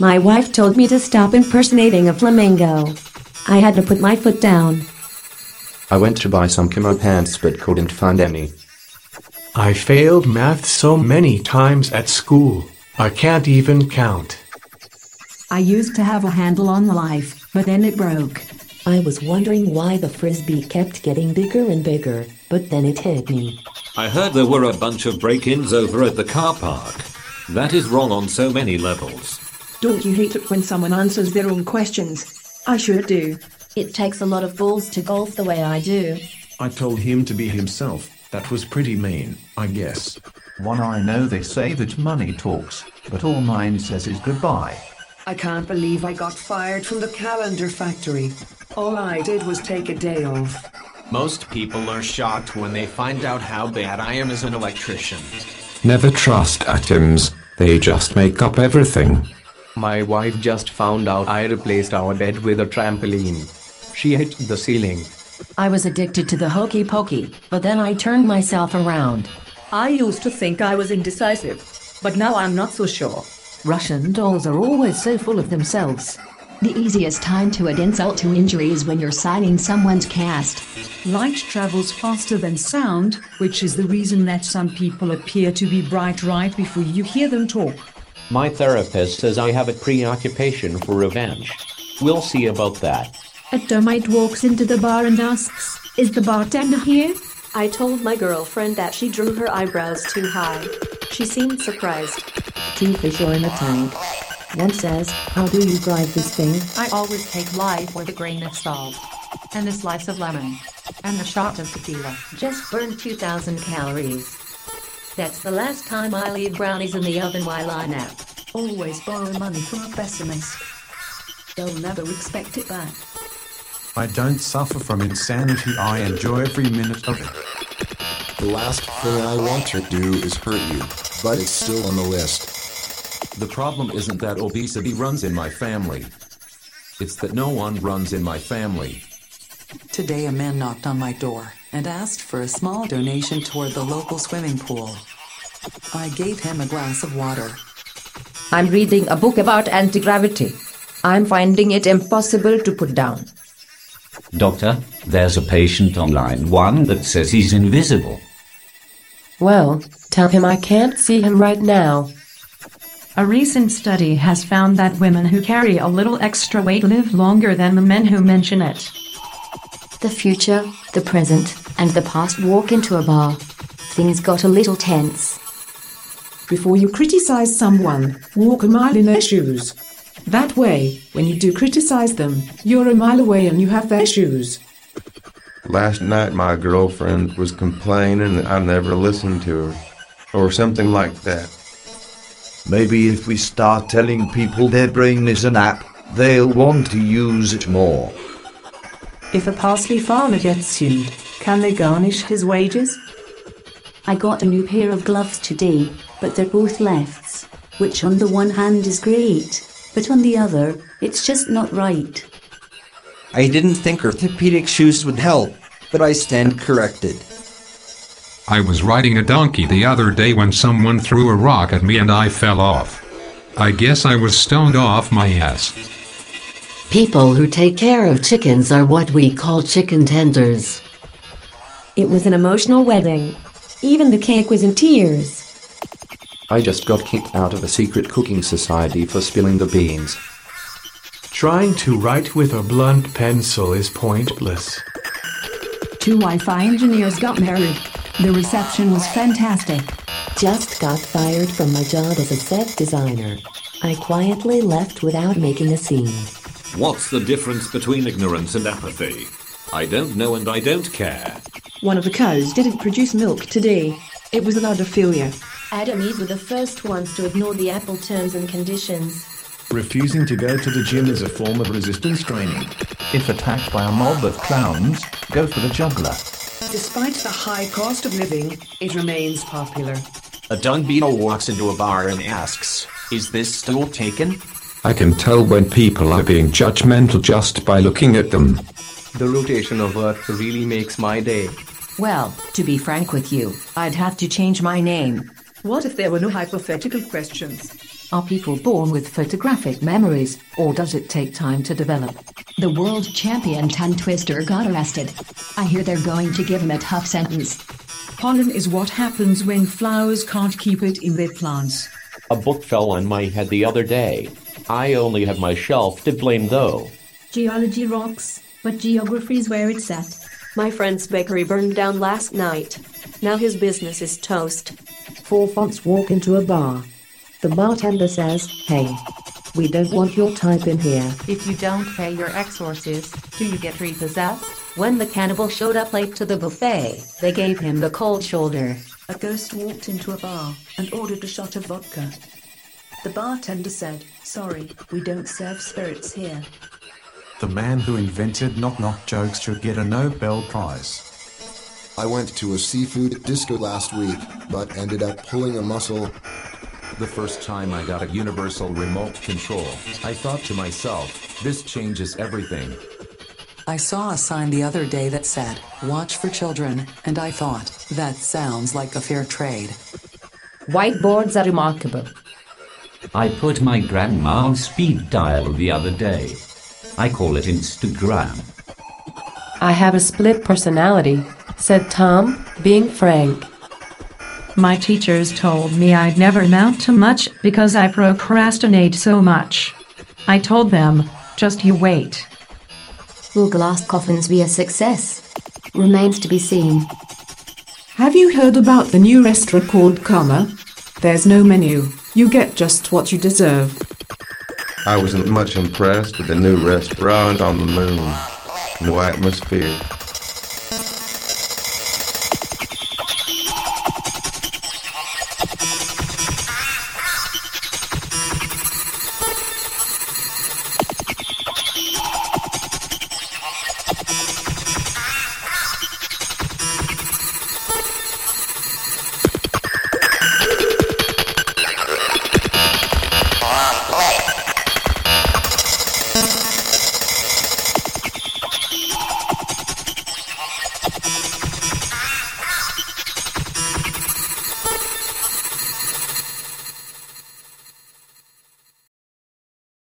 My wife told me to stop impersonating a flamingo. I had to put my foot down. I went to buy some camo pants but couldn't find any. I failed math so many times at school, I can't even count. I used to have a handle on life, but then it broke. I was wondering why the frisbee kept getting bigger and bigger, but then it hit me. I heard there were a bunch of break ins over at the car park. That is wrong on so many levels. Don't you hate it when someone answers their own questions? I sure do. It takes a lot of balls to golf the way I do. I told him to be himself. That was pretty mean, I guess. One I know they say that money talks, but all mine says is goodbye. I can't believe I got fired from the calendar factory. All I did was take a day off. Most people are shocked when they find out how bad I am as an electrician. Never trust atoms, they just make up everything. My wife just found out I replaced our bed with a trampoline. She hit the ceiling. I was addicted to the hokey pokey, but then I turned myself around. I used to think I was indecisive, but now I'm not so sure. Russian dolls are always so full of themselves. The easiest time to add insult to injury is when you're signing someone's cast. Light travels faster than sound, which is the reason that some people appear to be bright right before you hear them talk. My therapist says I have a preoccupation for revenge. We'll see about that. A termite walks into the bar and asks, Is the bartender here? I told my girlfriend that she drew her eyebrows too high. She seemed surprised. Two fish are in a tank. One says, How do you drive this thing? I always take life with a grain of salt. And a slice of lemon. And a shot of tequila. Just burned 2,000 calories. That's the last time I leave brownies in the oven while I nap. Always borrow money from a pessimist. They'll never expect it back. I don't suffer from insanity, I enjoy every minute of it. The last thing I want to do is hurt you, but it's still on the list. The problem isn't that obesity runs in my family. It's that no one runs in my family. Today, a man knocked on my door and asked for a small donation toward the local swimming pool. I gave him a glass of water. I'm reading a book about anti gravity. I'm finding it impossible to put down. Doctor, there's a patient on line one that says he's invisible. Well, tell him I can't see him right now. A recent study has found that women who carry a little extra weight live longer than the men who mention it. The future, the present, and the past walk into a bar. Things got a little tense. Before you criticize someone, walk a mile in their shoes. That way, when you do criticize them, you're a mile away and you have their shoes. Last night, my girlfriend was complaining that I never listened to her, or something like that. Maybe if we start telling people their brain is an app, they'll want to use it more. If a parsley farmer gets sued, can they garnish his wages? I got a new pair of gloves today, but they're both lefts, which on the one hand is great, but on the other, it's just not right. I didn't think orthopedic shoes would help, but I stand corrected. I was riding a donkey the other day when someone threw a rock at me and I fell off. I guess I was stoned off my ass. People who take care of chickens are what we call chicken tenders. It was an emotional wedding. Even the cake was in tears. I just got kicked out of a secret cooking society for spilling the beans. Trying to write with a blunt pencil is pointless. Two Wi Fi engineers got married. The reception was fantastic. Just got fired from my job as a set designer. I quietly left without making a scene. What's the difference between ignorance and apathy? I don't know and I don't care. One of the cows didn't produce milk today. It was another failure. Adami's were the first ones to ignore the Apple terms and conditions. Refusing to go to the gym is a form of resistance training. If attacked by a mob of clowns, go for the juggler. Despite the high cost of living, it remains popular. A dung beetle walks into a bar and asks, Is this stool taken? I can tell when people are being judgmental just by looking at them. The rotation of Earth really makes my day. Well, to be frank with you, I'd have to change my name. What if there were no hypothetical questions? Are people born with photographic memories, or does it take time to develop? The world champion tongue twister got arrested. I hear they're going to give him a tough sentence. Pollen is what happens when flowers can't keep it in their plants. A book fell on my head the other day. I only have my shelf to blame though. Geology rocks, but geography's where it's at. My friend's bakery burned down last night. Now his business is toast. Four fonts walk into a bar. The bartender says, Hey, we don't want your type in here. If you don't pay your exorcist, do you get repossessed? When the cannibal showed up late to the buffet, they gave him the cold shoulder. A ghost walked into a bar and ordered a shot of vodka. The bartender said, Sorry, we don't serve spirits here. The man who invented knock knock jokes should get a Nobel Prize. I went to a seafood disco last week, but ended up pulling a muscle. The first time I got a universal remote control, I thought to myself, this changes everything. I saw a sign the other day that said, Watch for children, and I thought, that sounds like a fair trade. Whiteboards are remarkable. I put my grandma on speed dial the other day. I call it Instagram. I have a split personality, said Tom, being frank. My teachers told me I'd never amount to much because I procrastinate so much. I told them, just you wait. Will glass coffins be a success? Remains to be seen. Have you heard about the new restaurant called Karma? There's no menu. You get just what you deserve. I wasn't much impressed with the new restaurant on the moon. No atmosphere.